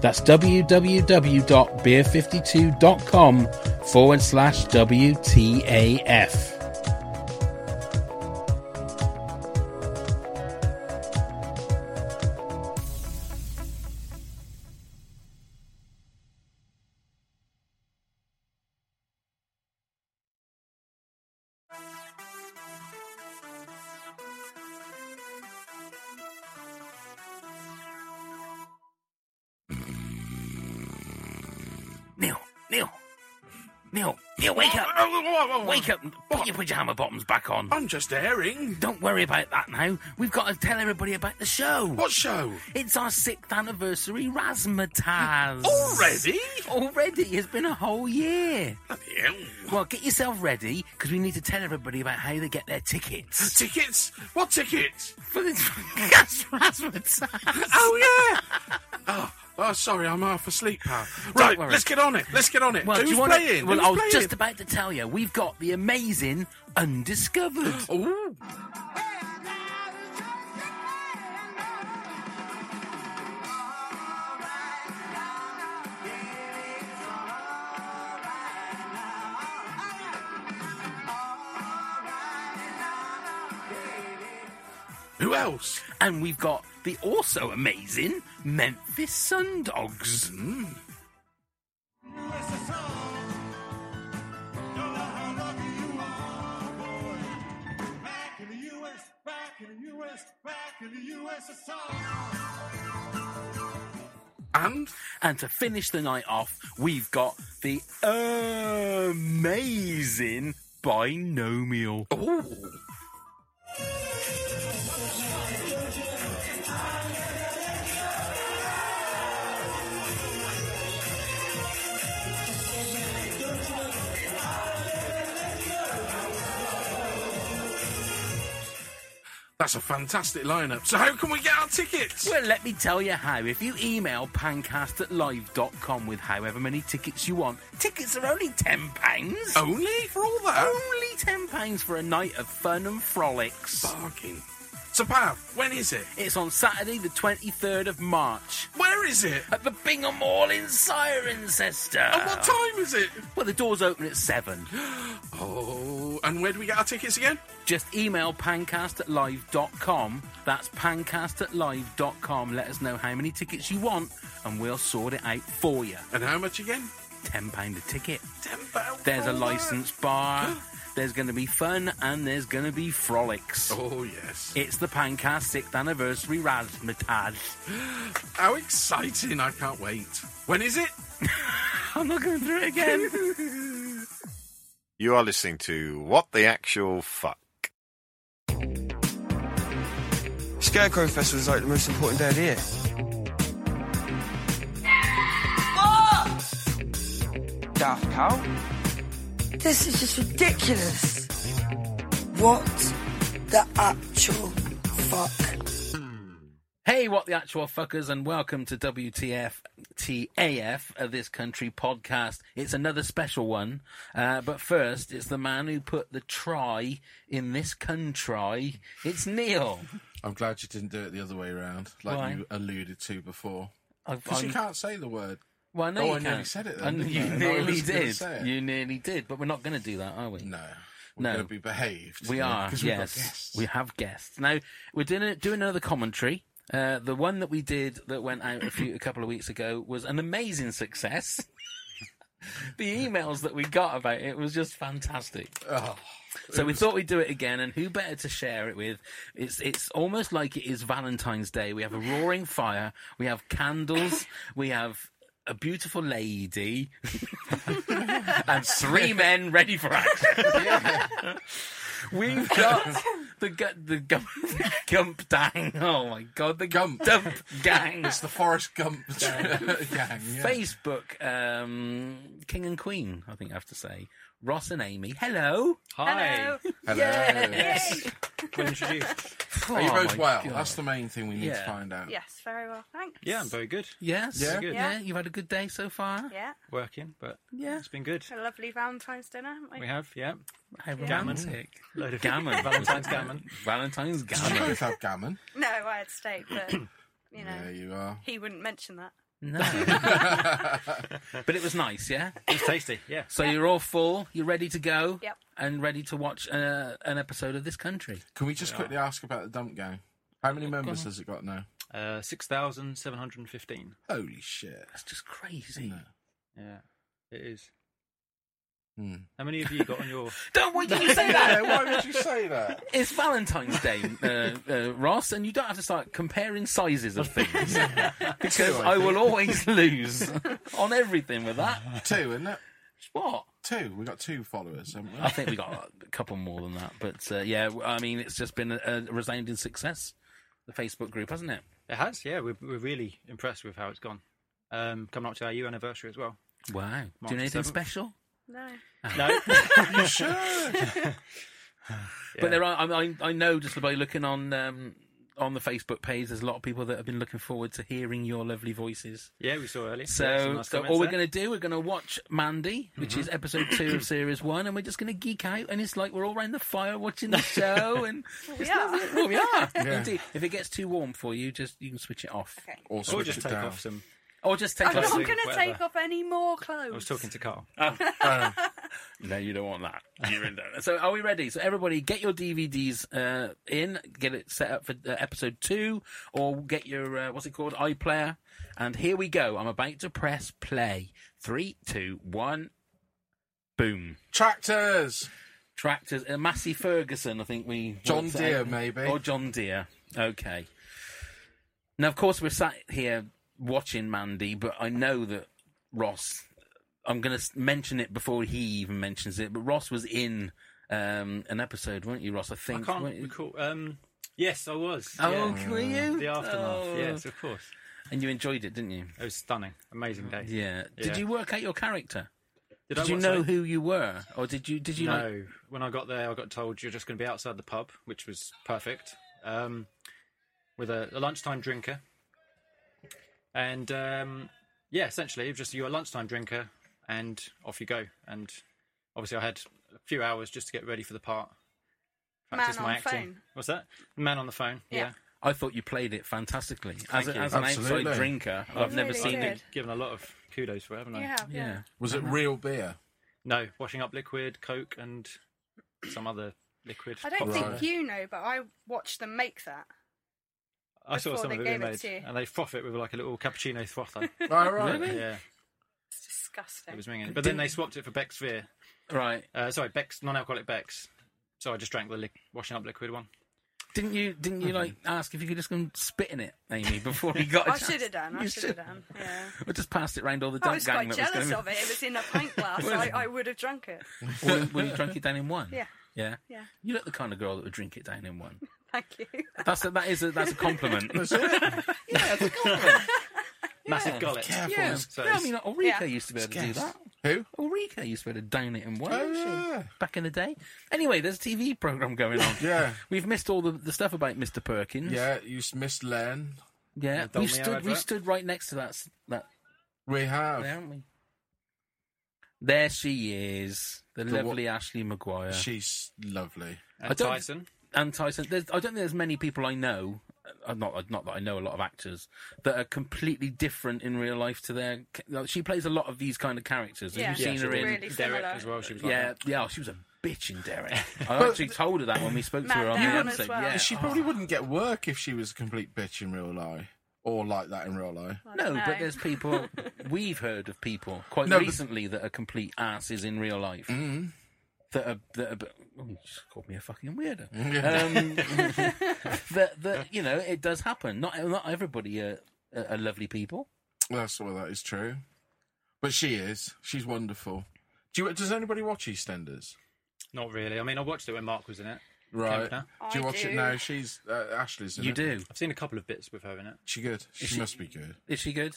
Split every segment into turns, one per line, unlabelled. That's www.beer52.com forward slash WTAF.
Neil, Neil, Neil, Neil, wake up! Wake up! Put your pajama bottoms back on.
I'm just airing.
Don't worry about that now. We've got to tell everybody about the show.
What show?
It's our sixth anniversary razzmatazz.
Already?
Already. It's been a whole year.
Bloody hell.
Well, get yourself ready because we need to tell everybody about how they get their tickets.
Tickets? What tickets?
For the razzmatazz.
Oh, yeah. oh, oh, sorry, I'm half asleep, pal. Right,
worry.
let's get on it. Let's get on it.
Well,
Who's
do you wanna-
playing?
Well,
Who's
I was
playing?
just about to tell you, we've got the amazing Undiscovered.
Ooh. Who else?
And we've got the also amazing Memphis Sundogs.
Mm. And
And to finish the night off, we've got the amazing binomial.
that's a fantastic lineup. So how can we get our tickets?
Well, let me tell you how. If you email pancast at live.com with however many tickets you want, tickets are only £10.
Only for all that?
Only £10 for a night of fun and frolics.
Barking. So, Pav, when is it?
It's on Saturday, the 23rd of March,
Where is it?
at the Bingham Hall in Cirencester.
And what time is it?
Well, the doors open at 7.
Oh, and where do we get our tickets again?
Just email pancast at live.com. That's pancast at live.com. Let us know how many tickets you want, and we'll sort it out for you.
And how much again?
£10 a ticket.
Ten pounds.
There's a
Oh,
for all that.
license bar. There's going to be fun and there's going to be frolics.
Oh yes.
It's the Pancast 6th anniversary razzmatazz.
How exciting! I can't wait. When is it?
I'm not going through it again.
You are listening to What the Actual Fuck.
Scarecrow Festival is like the most important day of the year. Daft Cow?
This is just ridiculous. What the actual fuck?
hey, what the actual fuckers, and welcome to WTF TAF of uh, this country podcast. It's another special one, uh, but first, it's the man who put the try in this country. It's Neil.
I'm glad you didn't do it the other way around, like
Why?
you alluded to before.
I've-
Because Oh, you
I'm-
can't say the word.
Well, I know
Oh,
you
I nearly
can't.
said it then,
And
didn't
you
I? No, I
nearly
was gonna
did.
say it.
You nearly did. But we're not going to do that, are we?
No. We're
No.
going to be behaved.
We are.
Because we've got
Yes,
guests.
we have guests. Now we're doing a, doing another commentary. Uh, the one that we did that went out a few a couple of weeks ago was an amazing success. the emails that we got about it was just fantastic.
Oh,
So we thought we'd do it again, and who better to share it with? It's it's almost like it is Valentine's Day. We have a roaring fire, we have candles, we have a beautiful lady, and three men ready for action. We've got the gu- the gump, the gump dang. Oh my god, the
Gump.
dump gang.
it's the Forest Gump gang. Yeah.
Facebook um, King and Queen, I think I have to say. Ross and Amy. Hello.
Hello.
Hello.
Yay. Well introduced.
Are you
Oh
both
my
well?
God.
That's the main thing we need
Yeah.
to find out.
Yes, very well, thanks.
Yeah,
Yeah,
I'm
very good.
Yes.
Yeah?
Good.
Yeah. You've had a good day so far.
Yeah,
working, but
Yeah.
it's been good.
a lovely Valentine's dinner, haven't we?
We have, yeah.
How romantic.
Load of
Gammon.
Valentine's gammon.
Valentine's
You
gammon.
both have gammon.
No, I had steak, but you know,
Yeah, you are.
he wouldn't mention that.
no. but it was nice, yeah.
It's tasty, yeah.
So you're all full. You're ready to go.
Yep.
And ready to watch uh, an episode of This Country.
Can we just quickly ask about the dump gang? How many members has it got now?
Uh, 6,715.
Holy shit.
That's just crazy.
Yeah, it is.
Hmm.
How many of you got on your.
Don't wait till you say that.
why would you say that?
It's Valentine's Day, uh, uh, Ross, and you don't have to start comparing sizes of things because I will always lose on everything with that.
Two, isn't it?
What?
Two. We got two followers, haven't we?
I think we got a couple more than that, but uh, yeah, I mean, it's just been a, a resounding success. The Facebook group, hasn't it?
It has, yeah. We're, we're really impressed with how it's gone. Um, coming up to our year anniversary as well.
Wow.
March
Doing anything
7th.
special?
No,
No,
But there are. I, I, I know just by looking on um, on the Facebook page, there's a lot of people that have been looking forward to hearing your lovely voices.
yeah, we saw earlier.
So, so all we're going to do, we're going to watch Mandy, which is
Mm-hmm.
episode two of series one, and we're just going to geek out, and it's like we're all around the fire watching the show, and
we are.
well, we are. Indeed. If it gets too warm for you, just you can switch it off,
Okay.
Or
Or
switch
just
it
take
down.
off some.
or just take
I'm not
off.
going
Classic,
to
whatever.
take off any more
I was
clothes.
talking to Carl.
No, you don't want that. so, are we ready? So, everybody, get your DVDs uh, in, get it set up for uh, episode two, or get your uh, what's it called, iPlayer. And here we go. I'm about to press play. Three, two, one, boom.
Tractors!
Tractors, uh, Massey Ferguson, I think we
John
worked
Deere,
out.
maybe.
or John Deere. Okay. Now, of course, we're sat here watching Mandy, but I know that Ross. I'm going to mention it before he even mentions it, but Ross was in um, an episode, weren't you, Ross? I
I
think.
can't
weren't you?
recall. Um, yes, I was.
Oh,
yeah.
were you?
The aftermath,
Oh.
yes, of course.
And you enjoyed it, didn't you?
It was stunning. Amazing day.
Mm. Yeah. Did
Yeah.
you work out your character? Did,
I
you
watch
know
that?
who you were, or did you? Did you
no.
like?
When I got there, I got told you're just going to be outside the pub, which was perfect, um, with a, a lunchtime drinker. And um, yeah, essentially, it was just you're a lunchtime drinker, and off you go. And obviously, I had a few hours just to get ready for the part.
Man on phone.
What's that? Man on the phone. Yeah.
Yeah.
I thought you played it fantastically. As, a,
you.
as an outside
Absolutely.
drinker, I've never
really
seen
did.
it.
Given a lot of kudos for, it, haven't I?
You have, yeah.
Yeah.
Was it real beer?
No, washing up liquid, Coke, and some other liquid.
I don't
Pop-
think
Right.
you know, but I watched them make that.
I saw
before
some
they
of it
gave
being
it
made,
to you.
and they froth it with like a little cappuccino frother.
All right.
Yeah,
It's disgusting.
it was ringing. But then they swapped it for Beck's Beer.
Right.
Uh, sorry, Beck's non-alcoholic Beck's. So I just drank the li- washing up liquid one.
Didn't you? Didn't
Mm-hmm.
you like ask if you could just go and spit in it, Amy, before he got? a
I
chance?
should have done. I
You
should have done. Yeah.
I just passed it round all the
I
dump
was
gang
quite
that
jealous
was
of it. It was in a pint glass. I, I would have drunk it.
going. Of... Well, you drank it down in one.
Yeah.
Yeah.
Yeah.
You look the kind of girl that would drink it down in one.
Thank you.
That's a, that is a, that's a compliment.
Massive gullet.
yeah.
So
yeah. I
it's-
mean, Ulrika
Yeah.
used to be able to do that.
Who?
Ulrika used to be able to down it in one.
Oh,
didn't she?
yeah.
Back in the day. Anyway, there's a TV program going on.
Yeah.
We've missed all the, the stuff about Mr. Perkins.
Yeah, you s- missed Len.
Yeah.
The
We
Dolmio
stood we
advert.
stood right next to that s- that
We have.
there, aren't we? There she is, the,
what-
lovely Ashley Maguire
She's lovely.
and
don't-
Tyson.
and Tyson. There's, I don't think there's many people I know, uh, not not that I know a lot of actors that are completely different in real life to their. ca- like, She plays a lot of these kind of characters.
Yeah.
Have you seen
Yeah,
her
she
in?
really similar.
Derek as well. She was like
Yeah,
that.
yeah. oh, she was a bitch in Derek. I actually told her that when we spoke to
Matt
her on the
Damon as
episode.
well.
Yeah,
She
Oh,
probably wouldn't get work if she was a complete bitch in real life. or like that in real life.
I
No,
don't know.
but there's people we've heard of people quite
No, but-
recently that are complete asses in real life.
Mm.
That are that are. Oh, you just called me a fucking weirdo. Um, that that you know it does happen. Not not everybody are, are are lovely people.
That's all that is true. But she is. She's wonderful. Do you, does anybody watch EastEnders?
Not really. I mean, I watched it when Mark was in it.
Right.
Kempner.
Do you
I
watch it
do.
now? She's uh, Ashley's. In
You
it.
do.
I've seen a couple of bits with her in it.
She good. She,
she-
must be good.
Is she good?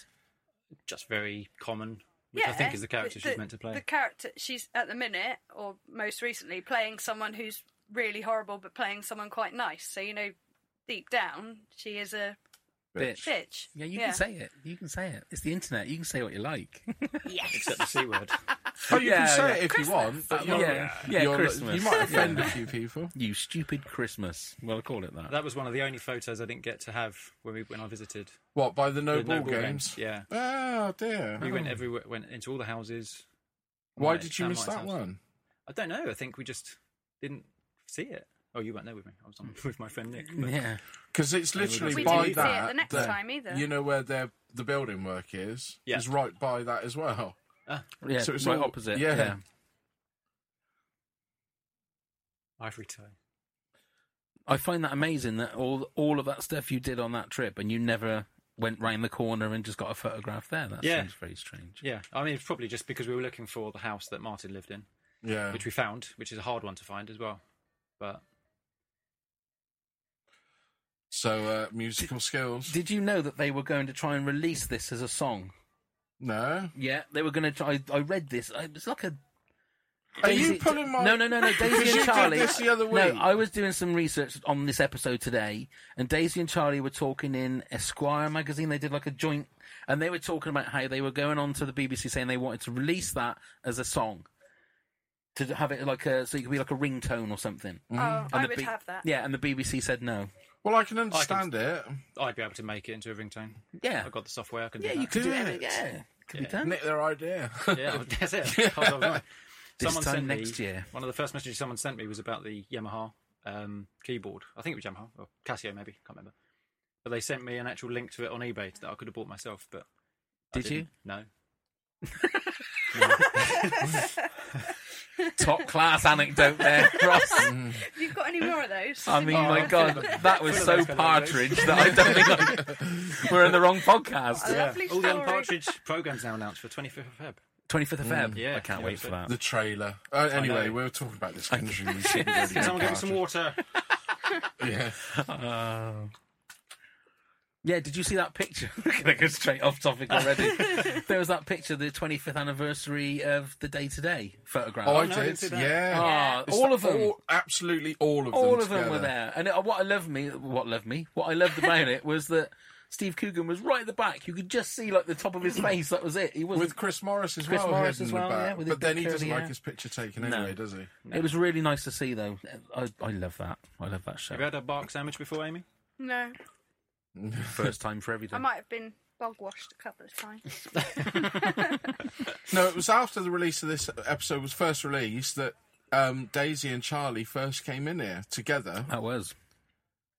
Just very common, which I think is the character she's meant to play.
The character she's at the minute, or most recently, playing someone who's really horrible, but playing someone quite nice. So you know, deep down, she is a
Bitch.
bitch.
Yeah, you can say it. You can say it. It's the internet. You can say what you like.
yes.
Except the C word.
Oh, you
Yeah,
can say
yeah.
it if you want. But you're,
yeah, yeah,
you're-
Christmas.
You might offend
Yeah.
a few people.
you stupid Christmas. Well, I call it that.
That was one of the only photos I didn't get to have when we when I visited.
What by the no
The
ball
no ball
games?
games, yeah.
Oh dear.
We went everywhere, went into all the houses.
Why
Right,
did you
and
miss
my
that
house.
one?
I don't know. I think we just didn't see it. Oh, you weren't there with me. I was on with my friend Nick. but-
Yeah.
Because it's literally
We
by
didn't see it
that.
the next
that-
time either.
You know where their the building work is.
Yeah.
Is right by that as well.
Yeah.
So
So
it's
it's right
all-
opposite.
yeah.
yeah.
Ivory Toe.
I find that amazing that all all of that stuff you did on that trip and you never went round the corner and just got a photograph there. That
Yeah.
seems very strange.
Yeah, I mean, it's probably just because we were looking for the house that Martin lived in,
Yeah.
which we found, which is a hard one to find as well. But
So uh, musical skills.
Did you know that they were going to try and release this as a song?
no.
Yeah, they were going to try. I read this. I- It's like a.
Are you
Daisy-
pulling my?
No, no, no, no. Daisy
Because you
and
did
Charlie.
this the other
No,
week.
I was doing some research on this episode today, and Daisy and Charlie were talking in Esquire magazine. They did like a joint, and they were talking about how they were going on to the BBC saying they wanted to release that as a song. To have it like a, so it could be like a ringtone or something.
Mm.
Oh, I
the
would
B-
have that.
Yeah, and the BBC said no.
Well, I can understand
I'd be able to make it into a ringtone.
Yeah.
I've got the software. I can
Yeah,
do
you
that.
could do
Do
it.
it.
Yeah, could be
it.
done.
Nick, their idea.
Yeah, that's it. Hold on, right.
This
someone
time
sent
next
me,
year.
One of the first messages someone sent me was about the Yamaha um, keyboard. I think it was Yamaha or Casio, maybe. Can't remember. But they sent me an actual link to it on eBay that I could have bought myself. But I
Did you?
didn't. No.
Top class anecdote there, Ross.
You've got any more of those?
I mean,
Oh,
my
I'm
God,
full of-
that was
full
so
of those kind of
partridge that I don't think I, we're in the wrong podcast.
A lovely
All the
story.
Unpartridge program's now announced for 25th of Feb.
25th of Feb.
yeah,
I can't
yeah,
wait for that.
the trailer. Uh, anyway,
know.
we were talking about this country. We shouldn't really go
Someone give me some
past it.
water.
Oh,
Yeah.
Yeah, did you see that picture? We're gonna go straight off topic already. there was that picture, the 25th anniversary of the day today photograph.
Oh, I
no, I didn't
did.
see that.
Yeah.
Ah,
It's
all
the-
of them.
all- absolutely all of them.
all of them were
together.
there. And it, what I loved me, what loved me, what I loved about it was that Steve Coogan was right at the back. You could just see like the top of his face. That was it. He was.
With Chris Morris as
Chris
well.
Morris
hidden
as well,
in the back.
yeah, with his
but then
big
he doesn't
curly
like
hair.
his picture taken
No.
anyway, does he?
It was really nice to see, though. I, I love that. I love that show.
Have you had a bark sandwich before, Amy?
No,
First time for everything.
I might have been bog washed a couple of times.
No, it was after the release of this episode was first released that um, Daisy and Charlie first came in here together
That was.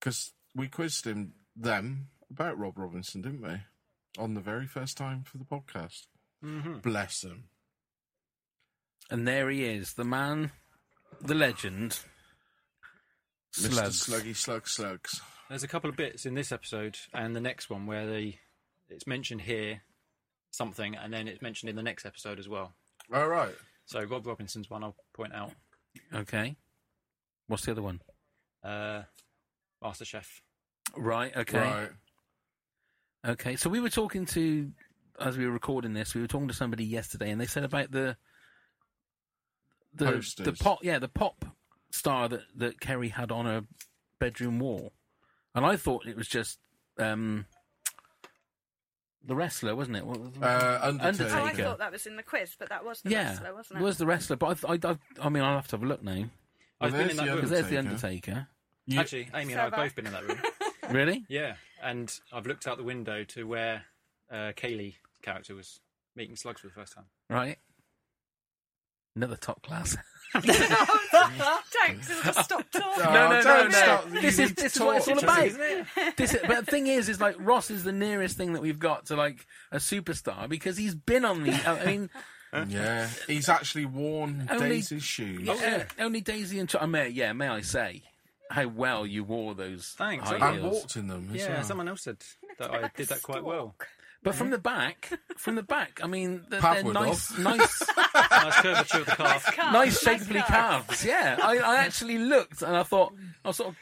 because we quizzed him them about Rob Robinson, didn't we? On the very first time for the podcast.
Mm-hmm.
Bless them.
And there he is, the man, the legend, Slugs.
Mr. Sluggy Slug Slugs.
There's a couple of bits in this episode and the next one where the it's mentioned here something, and then it's mentioned in the next episode as well.
All Oh, right.
So Rob Robinson's one I'll point out.
Okay. What's the other one?
Uh, MasterChef.
Right. Okay.
Right.
Okay. So we were talking to, as we were recording this, we were talking to somebody yesterday, and they said about the the the
Posters.
pop, yeah, the pop star that that Kerry had on her bedroom wall, and I thought it was just um the wrestler, wasn't it? What was it?
Uh, Undertaker.
Oh, I
Undertaker.
thought that was in the quiz, but that was the
yeah,
wrestler, wasn't it?
was the wrestler, but I, I, I, I mean, I'll have to have a look now
I've
there's
been in that
the
room.
because there's the
Undertaker.
Undertaker.
You-
Actually, Amy and I have both been in that room.
Really?
Yeah, and I've looked out the window to where uh, Kaylee character was meeting slugs for the first time.
Right. Another top class.
Don't, 'cause it'll Oh, just stop talking.
No,
no, no,
don't
no.
stop. You
This is
need to
this is what it's
talk.
all about,
Interesting,
This is, but the thing is, is like Ross is the nearest thing that we've got to like a superstar because he's been on the. I mean,
Yeah, he's actually worn
Only-
Daisy's shoes.
uh, only Daisy and Ch- I may, yeah, may I say how well you wore those
Thanks,
high
I
And
heels.
walked in them as
Yeah,
well.
someone else said that I did that quite well.
But
Mhm.
from the back, from the back, I mean, they're,
Pav
they're
would
nice, nice,
Nice curvature of the calf.
Ah,
Calves,
nice, shapely
calves.
calves. Yeah, I, I actually looked and I thought I was sort of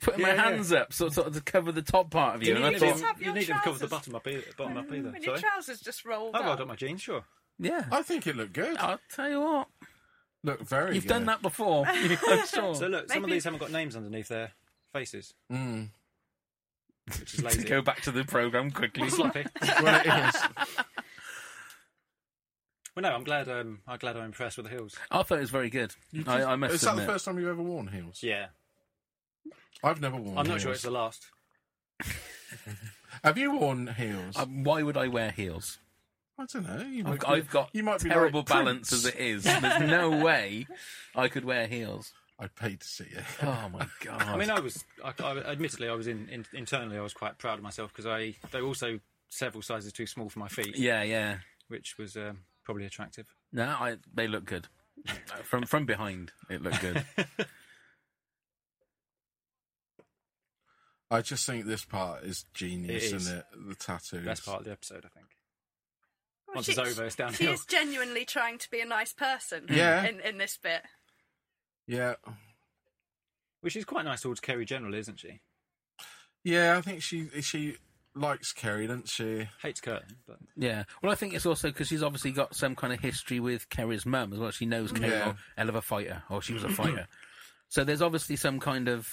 putting my
Yeah, yeah.
hands up, sort of, sort of to cover the top part of you,
You
and I
need
just
thought,
have your
you need to cover the
trousers. Mm,
bottom up either. Bottom up either.
When your
Sorry. Oh,
trousers just rolled
I
up.
rolled up my jeans, sure.
yeah.
I think it looked good.
I'll tell you what,
Looked Oh. very
Uh, you've
good.
done that before. I'm sure.
So look, some of
Maybe-
these haven't got names underneath their faces,
Mm.
which is
to
lazy.
go back to the program quickly.
sloppy.
Well, it is.
Well, no, I'm glad. Um, I'm glad I'm impressed with the heels.
I thought it was very good. I, I must
Is that
admit.
the first time you've ever worn heels?
Yeah,
I've never
Mm,
worn
I'm
heels.
not sure it's the last.
Have you worn heels?
Um, why would I wear heels?
I don't know. You
I've,
might be-
I've got
Oh you might be like
terrible balance
Prince.
as it is. There's no way I could wear heels.
I'd pay to see it.
Oh my god!
I mean, I was. I, I, admittedly, I was in, in internally. I was quite proud of myself because I they were also several sizes too small for my feet,
yeah, yeah.
which was um, probably attractive.
No, I, they look good. From from behind, it looked good.
I just think this part is genius,
It is.
isn't it? The tattoos.
Best part of the episode, I think.
Well,
Once
she-
it's over, it's
She
downhill.
is Oh, genuinely trying to be a nice person.
Yeah.
In, in this bit.
Yeah.
Which is quite nice towards Kerry generally, isn't she?
Yeah, I think she she likes Kerry, doesn't she?
Hates Curtin, but
Yeah. Well, I think it's also because she's obviously got some kind of history with Kerry's mum as well. She knows Kerry,
Yeah.
or hell of a fighter, or she was a fighter. so there's obviously some kind of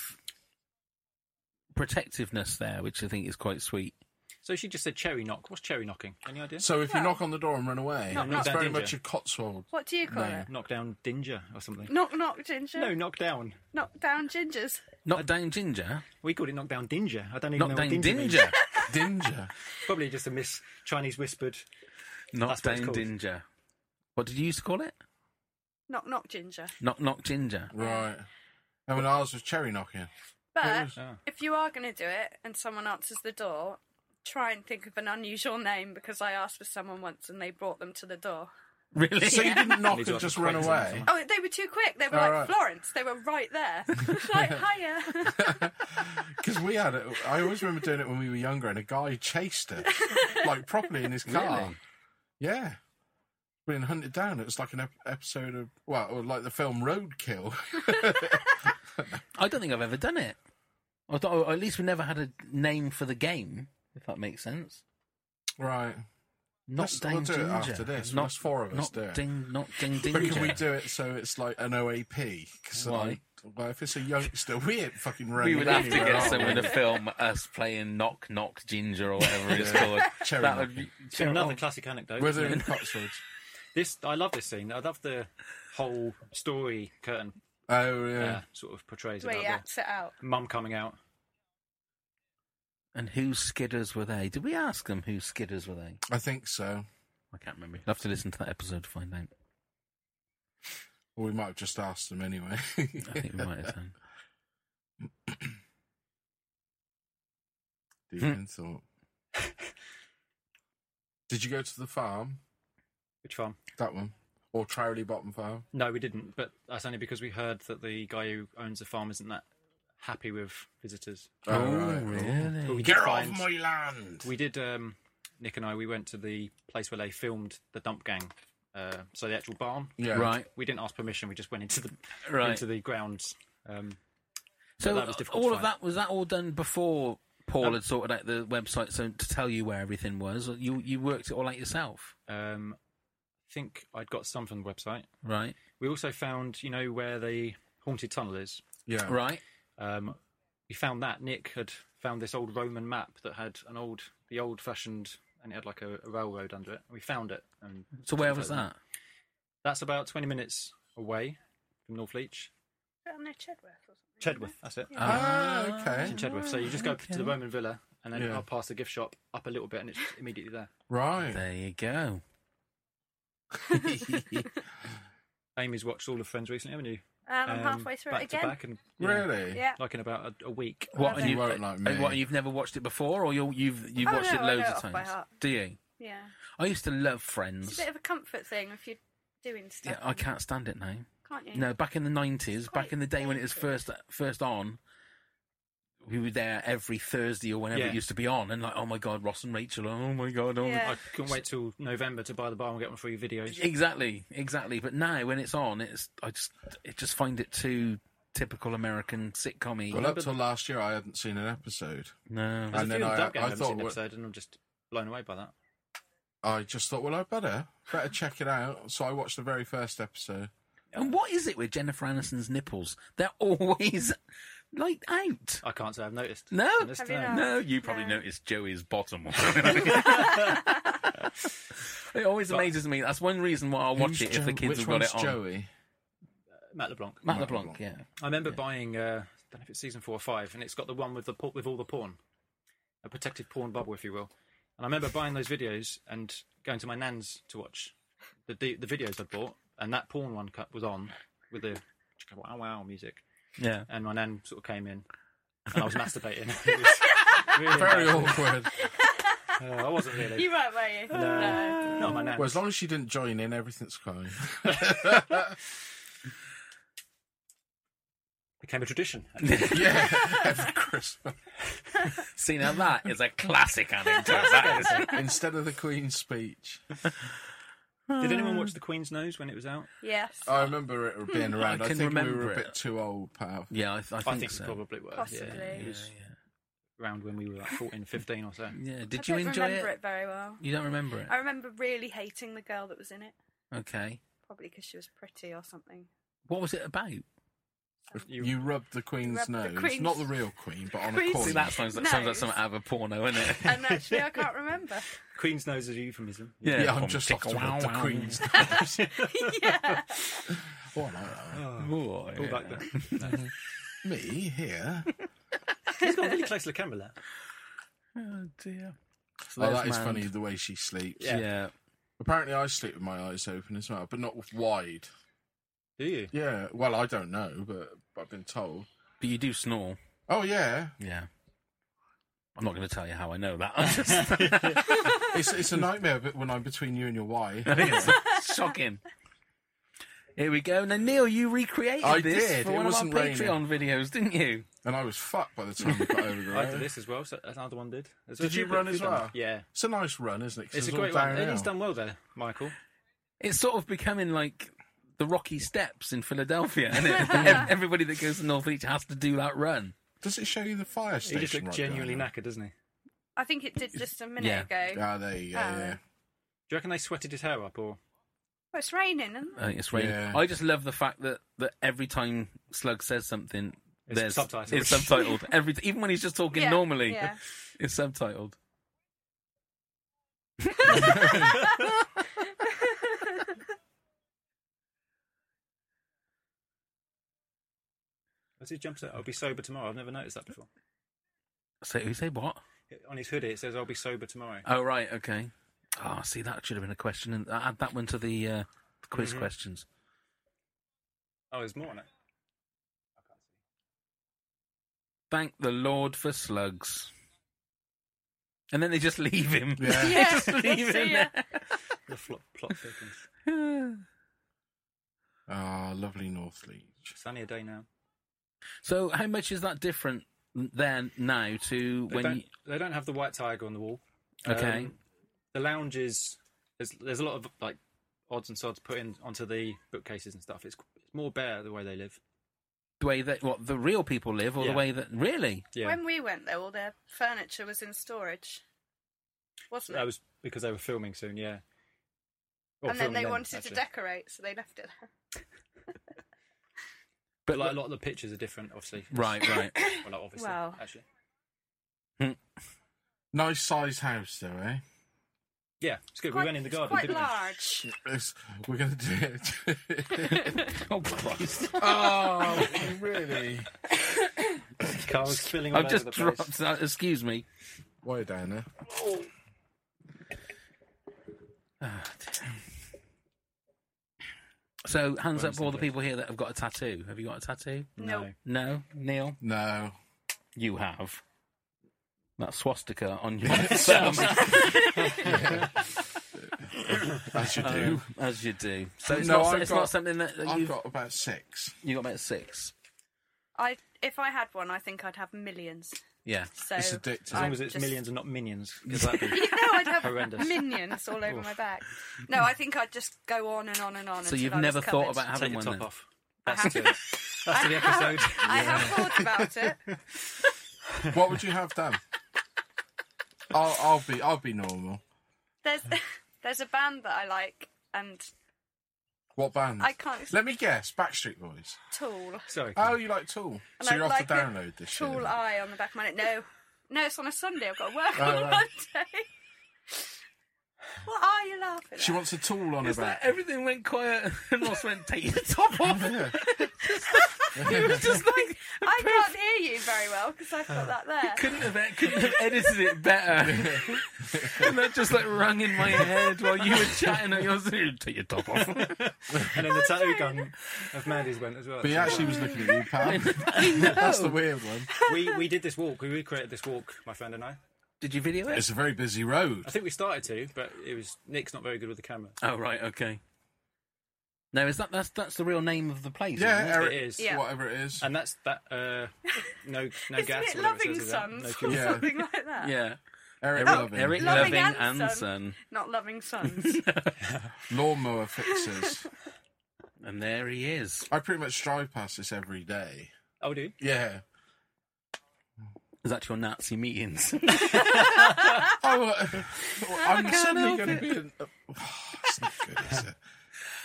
protectiveness there, which I think is quite sweet.
so she just said cherry knock. What's cherry knocking? Any idea?
So if you
Well-
knock on the door and run away,
Knock,
it's
knock.
very
Danger.
much a Cotswold.
What do you call
No.
it?
knock down Dinger or something.
Knock knock ginger.
No, knock down.
Knock down gingers.
Not down ginger,
We called it knock down Dinger. I don't even
not
know
down
what Dinger. means.
ginger,
Dinger.
Probably just a miss Chinese whispered.
not
That's what it's
down
called.
ginger. What did you used to call it?
Knock knock ginger.
Knock knock ginger.
right. And when ours was cherry knocking.
But
Ah.
if you are going to do it and someone answers the door, try and think of an unusual name because I asked for someone once and they brought them to the door.
Really?
So you didn't knock
Needs
and
like a
just run
quaint
away.
name
Oh, they were too quick. They were
All right.
like Florence. They were right there. like hiya.
Because we had it. I always remember doing it when we were younger, and a guy chased it, like properly in his car.
Really?
Yeah. Being hunted down. It was like an ep- episode of, well, or like the film Roadkill.
I don't think I've ever done it. I thought, or at least we never had a name for the game, if that makes sense.
right.
Not
Let's-
down
we'll do it
ginger.
after this.
Not
Us four of us
not
do it.
Ding, not ding, ding.
But can we do it so it's like an OAP? Because
Why?
well, if it's a youngster, we ain't fucking running.
We would have to
anywhere,
get
are
someone
we?
to film us playing Knock Knock Ginger or whatever it's called.
Cherry
that would be
It's another classic anecdote.
We're
isn't it?
doing Cotswolds.
This I love this scene. I love the whole story Curtin
Oh
uh,
yeah.
sort of portrays
Where
about
you acts it out.
the mum coming out.
And whose skidders were they? Did we ask them whose skidders were they?
I think so.
I can't remember. You'll have to listen to that episode to find out.
Or we might have just asked them anyway.
I think we might have done. Hmm.
Deep in thought. Did you go to the farm?
Which farm?
That one. Or Trowley Bottom Farm?
No, we didn't. But that's only because we heard that the guy who owns the farm isn't that happy with visitors.
Oh, right.
But we did find-
land!
We did. Um, Nick and I. We went to the place where they filmed the Dump Gang. Uh, so the actual barn.
Yeah.
Right,
We didn't ask permission. We just went into the
right.
into the grounds. Um,
so
that was difficult
all
to
of
find.
that was that all done before Paul
Um,
had sorted out the website, so to tell you where everything was, you you worked it all out yourself,
um, I think I'd got some from the website.
right?
We also found, you know, where the haunted tunnel is.
Yeah.
Right.
Um, we found that Nick had found this old Roman map that had an old, the old-fashioned, and it had like a, a railroad under it. We found it, and
So where was that?
That's about twenty minutes away from North Leach,
Down near Chedworth or something.
Chedworth. That's it.
Ah,
It's
okay.
in Chedworth. So you just go to the Roman villa and then
Yeah.
up past the gift shop, up a little bit, and it's immediately there.
Right.
There you go.
Amy's watched all of Friends recently, haven't you?
And I'm
Um,
halfway through
back
it again.
To back and, yeah,
Really?
Yeah.
Like in about a, a week.
What,
Love
and
it.
you,
You won't like
and
me.
what, you've never watched it before, or you you've you've
Oh,
watched
no,
it
I
loads
know it
of
off by
times?
heart.
Do you?
Yeah.
I used to love
It's
Friends.
a bit of a comfort thing if you're doing stuff.
Yeah, I can't stand it now.
Can't you?
No, back in the nineties, back
quite
in the day when it was
dated.
first first on, we were there every Thursday or whenever
Yeah.
it used to be on, and like, oh my god, Ross and Rachel, oh my god, oh my
Yeah.
I couldn't wait till November to buy the bar and get one free video.
Exactly, exactly. But now when it's on, it's I just I just find it too typical American sitcom-y.
Well, up till last year, I hadn't seen an episode.
no,
There's
And
a
then
few in
I-
Dub Gang
I
I, haven't
thought
seen an
what-
episode, and I'm just blown away by that.
I just thought, well, I better better check it out. So I watched the very first episode.
and what is it with Jennifer Aniston's nipples? They're always like out.
I can't say I've noticed.
No,
And this
Have you
time-
not?
no, you probably
No.
noticed Joey's bottom. or something. it always amazes me. That's one reason why I'll watch
Who's
it if the
Jo-
kids
which
have got
one's
it on.
Joey.
uh, Matt LeBlanc.
Matt LeBlanc, yeah.
I remember buying. Uh, I don't know if it's season four or five, and it's got the one with the por- with all the porn, a protected porn bubble, if you will. And I remember buying those videos and going to my nan's to watch the the, the videos I bought, and that porn one cut was on with the chicka wow wow music,
Yeah.
and my nan sort of came in, and I was masturbating. It was really
Very
embarrassing.
awkward.
Uh, I wasn't really.
You weren't, were you? No.
Not my nan.
Well, as long as she didn't join in, everything's fine.
became a tradition.
yeah, every Christmas.
See, now that is a classic anecdote. that is.
Instead of the Queen's speech,
Did anyone watch The Queen's Nose when it was out?
Yes.
I remember it being around. I,
can
think we were
remember
a
it.
bit too old, pal.
Yeah, I, I think,
I think
so.
it probably were.
Possibly.
Yeah, it was around when we were like 14, 15 or so.
Yeah. Did
I
you
don't
enjoy it?
remember it? very well.
You don't remember it?
I remember really hating the girl that was in it,
Okay.
probably because she was pretty or something.
What was it about?
You, rubbed the Queen's
Rubbed the
nose,
Queen's-
not the real Queen, but on a
Queen's-
coin.
See, that sounds like, sounds like something out of a porno, isn't it?
And actually, I can't remember.
Queen's Nose is a euphemism.
yeah, I'm just off to rub the Queen's nose.
yeah.
Oh, I like that.
Boy.
Pull back there.
Me here.
He's got really close to the camera there.
Oh, dear. So
Oh,
there's
that is
Mand.
funny the way she sleeps.
Yeah.
yeah.
Apparently, I sleep with my eyes open as well, but not wide.
Do you?
Yeah, well, I don't know, but I've been told.
But you do snore.
Oh, yeah.
Yeah. I'm not going to tell you how I know that. I'm just
It's, it's a nightmare but when I'm between you and your wife.
shocking. Here we go. Now, Neil, you recreated
I
this
did.
for
It
one of our
wasn't raining.
Patreon videos, didn't you?
And I was fucked by the time we got over the
I did
road.
this as well, so another one did. There's
Did
a few
you run
good-
as
few done.
well?
Yeah.
It's a nice run, isn't it? 'Cause
It's a
all
great one.
downhill.
He's done well there, Michael.
It's sort of becoming like the Rocky Steps in Philadelphia, isn't it? Ev- Everybody that goes to North Beach has to do that run.
Does it show you the fire
He
station?
just looked
right
genuinely
behind
knackered, doesn't he?
I think it did just a minute
Yeah.
it?
ago.
Ah, there you go,
Ah.
yeah.
Do you reckon they sweated his hair up or?
Well, it's raining, isn't it?
I think it's raining.
Yeah.
I just love the fact that, that every time Slug says something,
It's
there's
subtitled.
It's subtitled. Every t- even when he's just talking
Yeah,
normally,
yeah.
it's subtitled.
What's his jumpsuit? I'll be sober tomorrow. I've never noticed that before.
So you say what?
On his hoodie, it says, "I'll be sober tomorrow."
Oh right, okay. Ah, see, that should have been a question, and add that one to the uh, quiz
Mm-hmm.
questions.
Oh, there's more on it.
Thank the Lord for slugs. And then they just leave him.
Yeah.
They
Yeah,
just leave
see
him
ya.
there.
The flop, plot thickens.
Ah, lovely North Leach.
Sunny a day now.
So, how much is that different then now to
They,
when?
don't,
you...
they don't have the white tiger on the wall.
Okay.
Um, the lounge is there's there's a lot of like odds and sods put in onto the bookcases and stuff. It's it's more bare the way they live.
the way that what the real people live, or
Yeah.
the way that really?
Yeah.
When we went there, all their furniture was in storage, wasn't it?
that was because they were filming soon, yeah. Well,
and then
filming
they wanted
actually.
to decorate, so they left it there.
But like a lot of the pictures are different, obviously.
Right, right.
Well, not obviously,
Well.
actually.
Nice size house, though, eh?
Yeah, it's good.
Quite-
we went in the
it's
garden,
quite
didn't
large.
It's- we're going to do it.
oh Christ!
oh, really?
we? Carl's spilling all
I've
over
just
the place.
dropped that. Excuse me.
Why, Diana?
Ah, dear. So hands
Well,
up all the
English.
people here that have got a tattoo. Have you got a tattoo?
No.
No, Neil.
No.
You have. That swastika on your thumb,
As you do.
as you do. So it's,
No,
not,
I've
it's
got-
not something that, that
I've
Uh, you've
got about six.
you got about six.
I if I had one, I think I'd have millions.
Yeah.
So
It's addictive.
As long as
I'm
it's
just-
millions and not minions, because that'd be
no, I'd have
Horrendous.
minions all over my back. No, I think I'd just go on and on and on.
So
until
you've
I was
never thought
covered.
about having
take your
one
top
then.
off.
I
That's
have-
to, that's to the episode.
I have thought about it.
What would you have done? I'll, I'll be I'll be normal.
There's there's a band that I like and
What band?
I can't-
Let me guess. Backstreet Boys.
Tool.
Sorry.
Oh, you like Tool?
And
So
I
you're off
like
the
the
download this
Tool
year.
eye on the back of my neck. No, no, it's on a Sunday. I've got to work
Oh,
on a
right.
Monday. what are you laughing at?
She wants a Tool on her
It's like
back.
everything went quiet and Ross went, take your top off. it was just like,
I can't hear you very well because I've
Uh,
got that there.
couldn't have, ed- couldn't have edited it better. and that just like rung in my head while you were chatting at yours. Take your top off.
and then the tattoo gun of Mandy's went as well.
But he actually was looking at you, pal. That's the weird one.
we, we did this walk. We recreated this walk, my friend and I.
Did you video it?
It's a very busy road.
I think we started to, but it was Nick's not very good with the camera.
Oh right, okay. No, is that that's that's the real name of the place?
Yeah,
isn't it?
Eric,
It is.
Yeah.
whatever it is.
And that's that. Uh, no, no
Isn't
gas.
it
or whatever
Loving
says, is that?
Sons
No
or
fuel.
Yeah.
something like that?
yeah. Eric,
Eric, Loving.
Eric
Loving
Loving,
and
and,
Son.
Son,
Not Loving Sons.
Lawnmower fixers.
and there he is.
I pretty much drive past this every day.
Oh, do you?
Yeah.
Is that your Nazi meetings?
Ah.
Oh, uh, I'm suddenly
help
going to be in. it's not good, is it?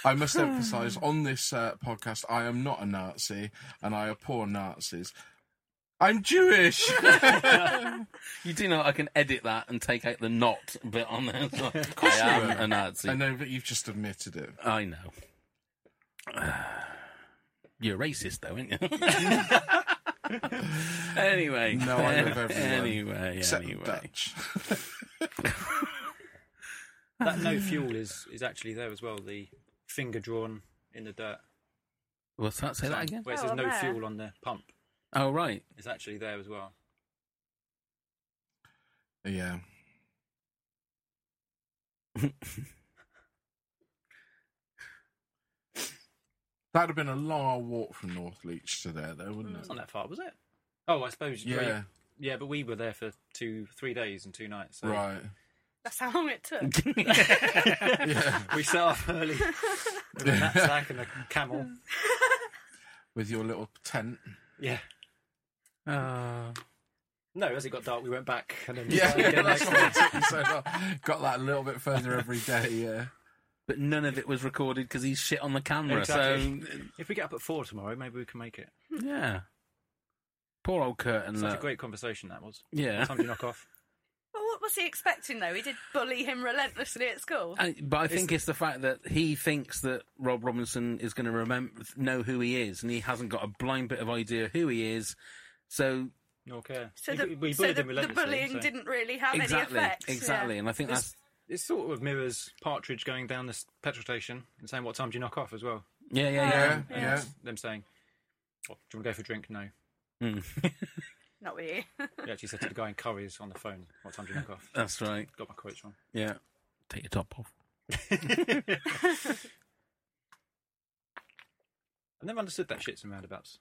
I must emphasise on this uh, podcast, I am not a Nazi, and I abhor Nazis. I'm Jewish.
you do know I can edit that and take out the not bit on there. I am a Nazi.
I know, but you've just admitted it.
I know. You're racist, though, aren't you? anyway.
No, I love everyone.
Anyway,
Except the
anyway.
Dutch.
That no fuel is is actually there as well. The finger drawn in the dirt.
What's that? Say that
sign,
again?
Where it
Oh,
says no
there.
fuel on the pump
Oh, right.
is actually there as well.
Yeah. That'd have been a long walk from North Leach to there, though, wouldn't
It's
it?
not that far, was it? Oh, I suppose.
Yeah,
Yeah, yeah, but we were there for two, three days and two nights. So
right.
That's how long it took.
We set off early with a knapsack and a camel.
With your little tent.
Yeah.
Uh,
No, as it got dark, we went back and then
Yeah,
again
that's
next
why
day.
it took me so long. Got that a little bit further every day, yeah.
but none of it was recorded because he's shit on the camera.
Exactly. If we get up at four tomorrow, maybe we can make it.
So, yeah. Poor old Curtin.
Such a
look.
great conversation that was.
Yeah.
Time to knock off.
Well, what was he expecting though? He did bully him relentlessly at
Uh,
school.
I, but I think it's, the fact that he thinks that Rob Robinson is going to remember know who he is, and he hasn't got a blind bit of idea who he is. So
Okay.
So
We-
the,
we bullied
so the,
him
the
relentlessly,
bullying
so-
didn't really have
exactly,
any effect. yeah.
exactly, and I think that's
This, it sort of mirrors Partridge going down this petrol station and saying, "What time do you knock off?" as well.
yeah, yeah, yeah.
Yeah,
Yeah.
yeah.
Them saying, "Oh, "Do you want to go for a drink?" No.
Hmm.
Not really.
He actually said to the guy in Curry's on the phone, "What time do you knock off?"
That's right.
Got my quotes wrong.
Yeah, take your top off.
I never understood that shits and roundabouts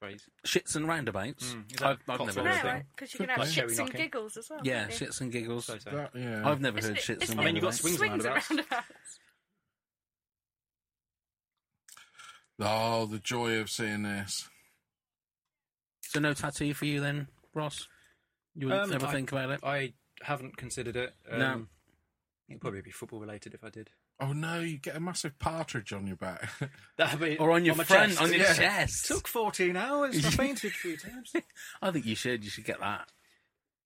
phrase.
Shits and roundabouts.
Mm, is that
I've, I've
cocktail
never heard
thing?
that.
Because you can have
like cherry
shits and
knocking.
giggles as well.
Yeah,
can't you?
shits and giggles.
So so.
That- yeah.
I've never
It's
heard
li-
shits
it's
and
like
I mean, you got
roundabouts.
swings,
swings
around
around
Oh, the joy of seeing this.
So no tattoo for you then, Ross. You wouldn't
Um,
ever
I-
think about it.
I haven't considered it. Um,
No.
It'd probably be football related if I did.
Oh no, you get a massive partridge on your back.
That'd be
or on your
my
front,
chest.
on your
yeah.
chest.
Took 14 hours. I fainted three times.
I think you should. You should get that.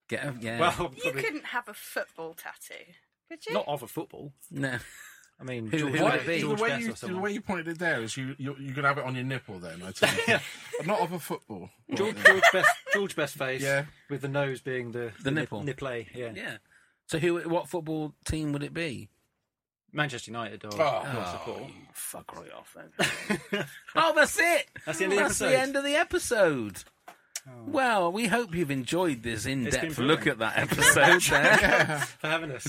Get a, yeah.
Well,
You
probably
couldn't have a football tattoo, could you?
not of a football.
no.
I mean,
Who-
George
who would
Best-
it be?
the
George
way
Best
you
or
the
someone.
way you pointed it there is you you you can have it on your nipple then. I tell you, not of a football.
George,
Right.
George Best, George Best face,
Yeah.
with the nose being the
The nipple.
nipple, yeah.
Yeah. So who? What football team would it be?
Manchester United or
Oh.
North support.
You fuck right off then. oh, that's it.
That's the end of the
That's
episode. Oh.
end of the episode. Well, we hope you've enjoyed this in-depth
brilliant.
look at that episode there,
for having us.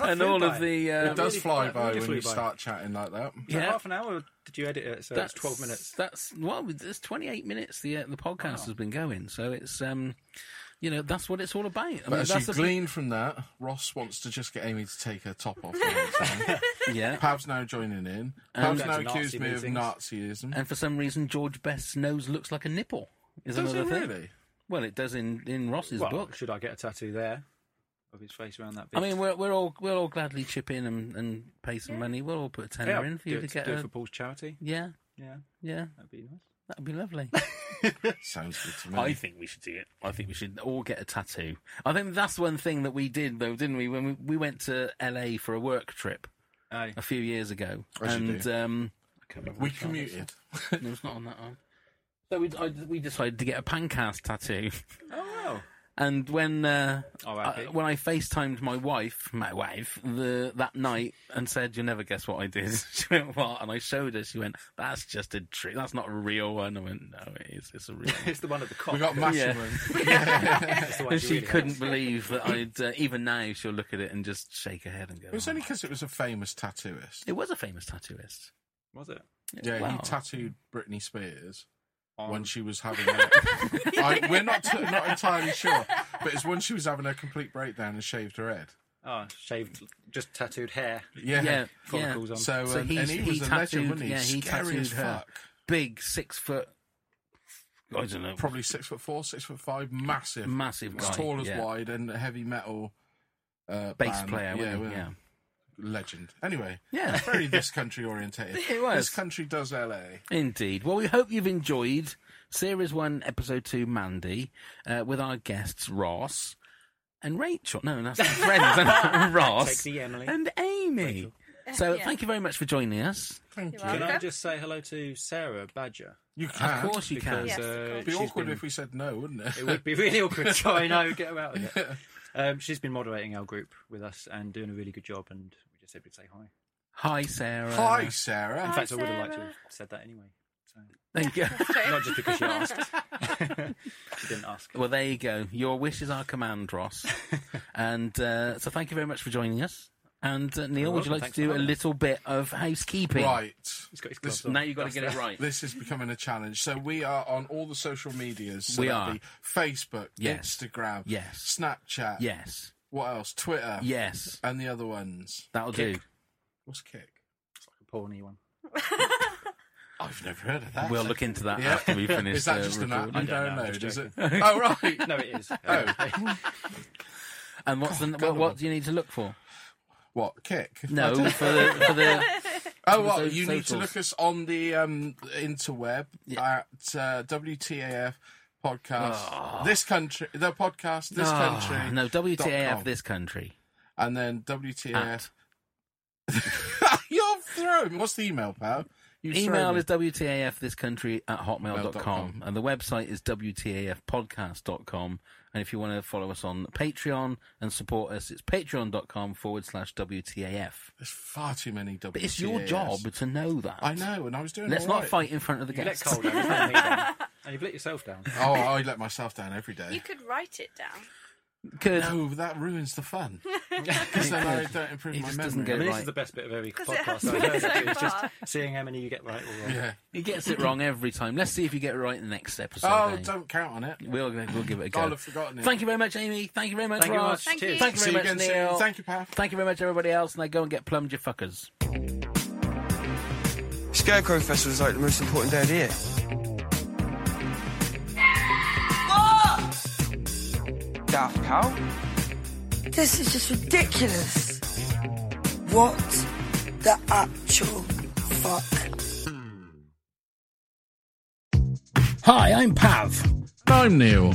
and all of the uh,
It does
really-
fly
that
by
really
when
flew
you
by.
start chatting like that.
Yeah.
Yeah.
half an hour or did you edit it? So that's, 12 minutes.
That's well, it's 28 minutes. The uh, the podcast has been going, so it's um, you know, that's what it's all about. I
But as
that's
you
the-
glean from that, Ross wants to just get Amy to take her top off. all the time.
yeah.
Pav's now joining in. Pav's
Go
now
to Nazi
accused me of
meetings.
Nazism.
And for some reason, George Best's nose looks like a nipple. Is
Does he
another thing.
really?
Well, it does in in Ross's
Well,
book.
should I get a tattoo there of his face around that bit?
I mean, we're we're all we'll all gladly chip in and, and pay some money. We'll all put a tenner
yeah,
in for
do
you to
it,
get
do it
a
for Paul's charity.
yeah
Yeah,
yeah.
that'd be nice.
That'd be lovely.
Sounds good to me.
I think we should do it. I think we should all get a tattoo. I think that's one thing that we did though, didn't we? When we, we went to LA for a work trip
Aye.
a few years ago,
As you
and um,
we commuted.
no, it's not on that one. So we I, we decided to get a pancast tattoo,
Oh, wow.
and when uh,
Oh,
I-
happy.
when I FaceTimed my wife, my wife, the that night and said, "You'll never guess what I did." She went, "What?" And I showed her. She went, "That's just a trick. That's not a real one." I went, "No, it is. It's a real." one.
it's the one at the cock.
We got
Yeah.
Masherman.
That's the one
And
you
she
really
couldn't believe that I'd uh, even now she'll look at it and just shake her head and go.
It was
"Oh."
only because it was a famous tattooist.
It was a famous tattooist.
had. Was it?
Yeah,
Wow.
he tattooed Britney Spears
On-
when she was having. A, I, we're not t- not entirely sure, but it's when she was having a complete breakdown and shaved her head.
Oh, shaved, just tattooed hair.
yeah,
Yeah.
yeah.
Follicles on.
So, um,
So
and
he's-
he
he
was a
tattooed-
legend, wasn't he?
yeah, he
Scary as
tattooed her.
fuck.
Big six foot. I don't know.
Probably six foot four, six foot five, massive,
Massive
as
guy,
tall as
yeah.
wide, and a heavy metal uh,
bass
band.
player.
Yeah,
Yeah,
well,
yeah.
legend. Anyway,
Yeah.
very this country orientated.
It was.
This country does LA.
Indeed. Well, we hope you've enjoyed Series 1, Episode 2, Mandy, uh, with our guests Ross and Rachel. No, that's our friends. and Ross
Sexy Emily.
and Amy. So
Yeah.
thank you very much for joining us.
Thank
You're
you.
Can I
Okay.
just say hello to Sarah Badger?
You can.
Of course you can.
Because,
Yes, of
uh,
course.
It'd be
she's
awkward
been-
if we said no, wouldn't it?
It would be really awkward. So I know, get her out of it. Um, she's been moderating our group with us and doing a really good job, and we just said we'd say hi.
Hi, Sarah.
Hi, Sarah.
In fact, I would have liked to
Sarah.
have said that anyway.
Thank you.
Not just because she asked. she didn't ask.
Well, there you go. Your wish is our command, Ross. and uh, so thank you very much for joining us. And uh, Neil,
You're
would you
welcome.
like
Thanks
to do
for
a
having us.
little bit of housekeeping?
Right.
He's got his
This-
gloves on.
Now you've got to get it right.
This is becoming a challenge. So we are on all the social medias. So
We
that'd
are.
be Facebook,
Yes.
Instagram,
Yes.
Snapchat.
Yes.
What else? Twitter.
Yes.
And the other ones.
That'll do.
What's kick?
A Pawnee one.
I've never heard of that.
We'll look into that after we finish.
is that
uh,
just an app
recording.
you
I don't know, I'm
download? Is
just
it? Oh right.
No, it is.
Oh.
Um,
And what's the, what, what do you need to look for?
What kick?
No, for the, for the
Oh, well,
so-
you need to
socials.
look us on the um, interweb at uh, WTAF podcast. This country, the podcast, this
Ah,
country.
no
dot
WTAF
com.
this country
and then WTAF.
at
You're throwing. What's the email, pal? You
email is WTAF this country at hotmail.com
Hotmail.com.
and the website is WTAFpodcast.com and if you want to follow us on Patreon and support us it's patreon.com forward slash WTAF
There's far too many WTAFs.
but it's your job to know that
I know, and I was doing.
let's
all
not
right.
fight in front of the
You let
guests
Cole down. you let me down, And you've let yourself down.
Oh, I let myself down every
You
day.
could write it down.
Good.
No, that ruins the fun. Because then I don't improve
It
my
just
memory.
doesn't
I
go
mean,
right.
this is the best bit of every
it has
podcast I've
been
heard.
so
actually. It's just
far.
seeing how many you get right or wrong.
Yeah.
he gets it wrong every time let's see if you get it right in the next episode
Oh,
eh?
don't count on it.
we'll, we'll give it a go
I'll have forgotten it.
thank you very much Amy thank you very much
Thank you very much.
Ross
Thank
Cheers.
you.
Thank you
See you
very
again
much, Neil.
soon. Thank you, pal.
Thank you very much, everybody else. Now go and get plumbed, you fuckers.
Scarecrow Festival is like the most important day of the year. Daft Cow?
This is just ridiculous. What the actual fuck?
Hi, I'm Pav.
I'm Neil.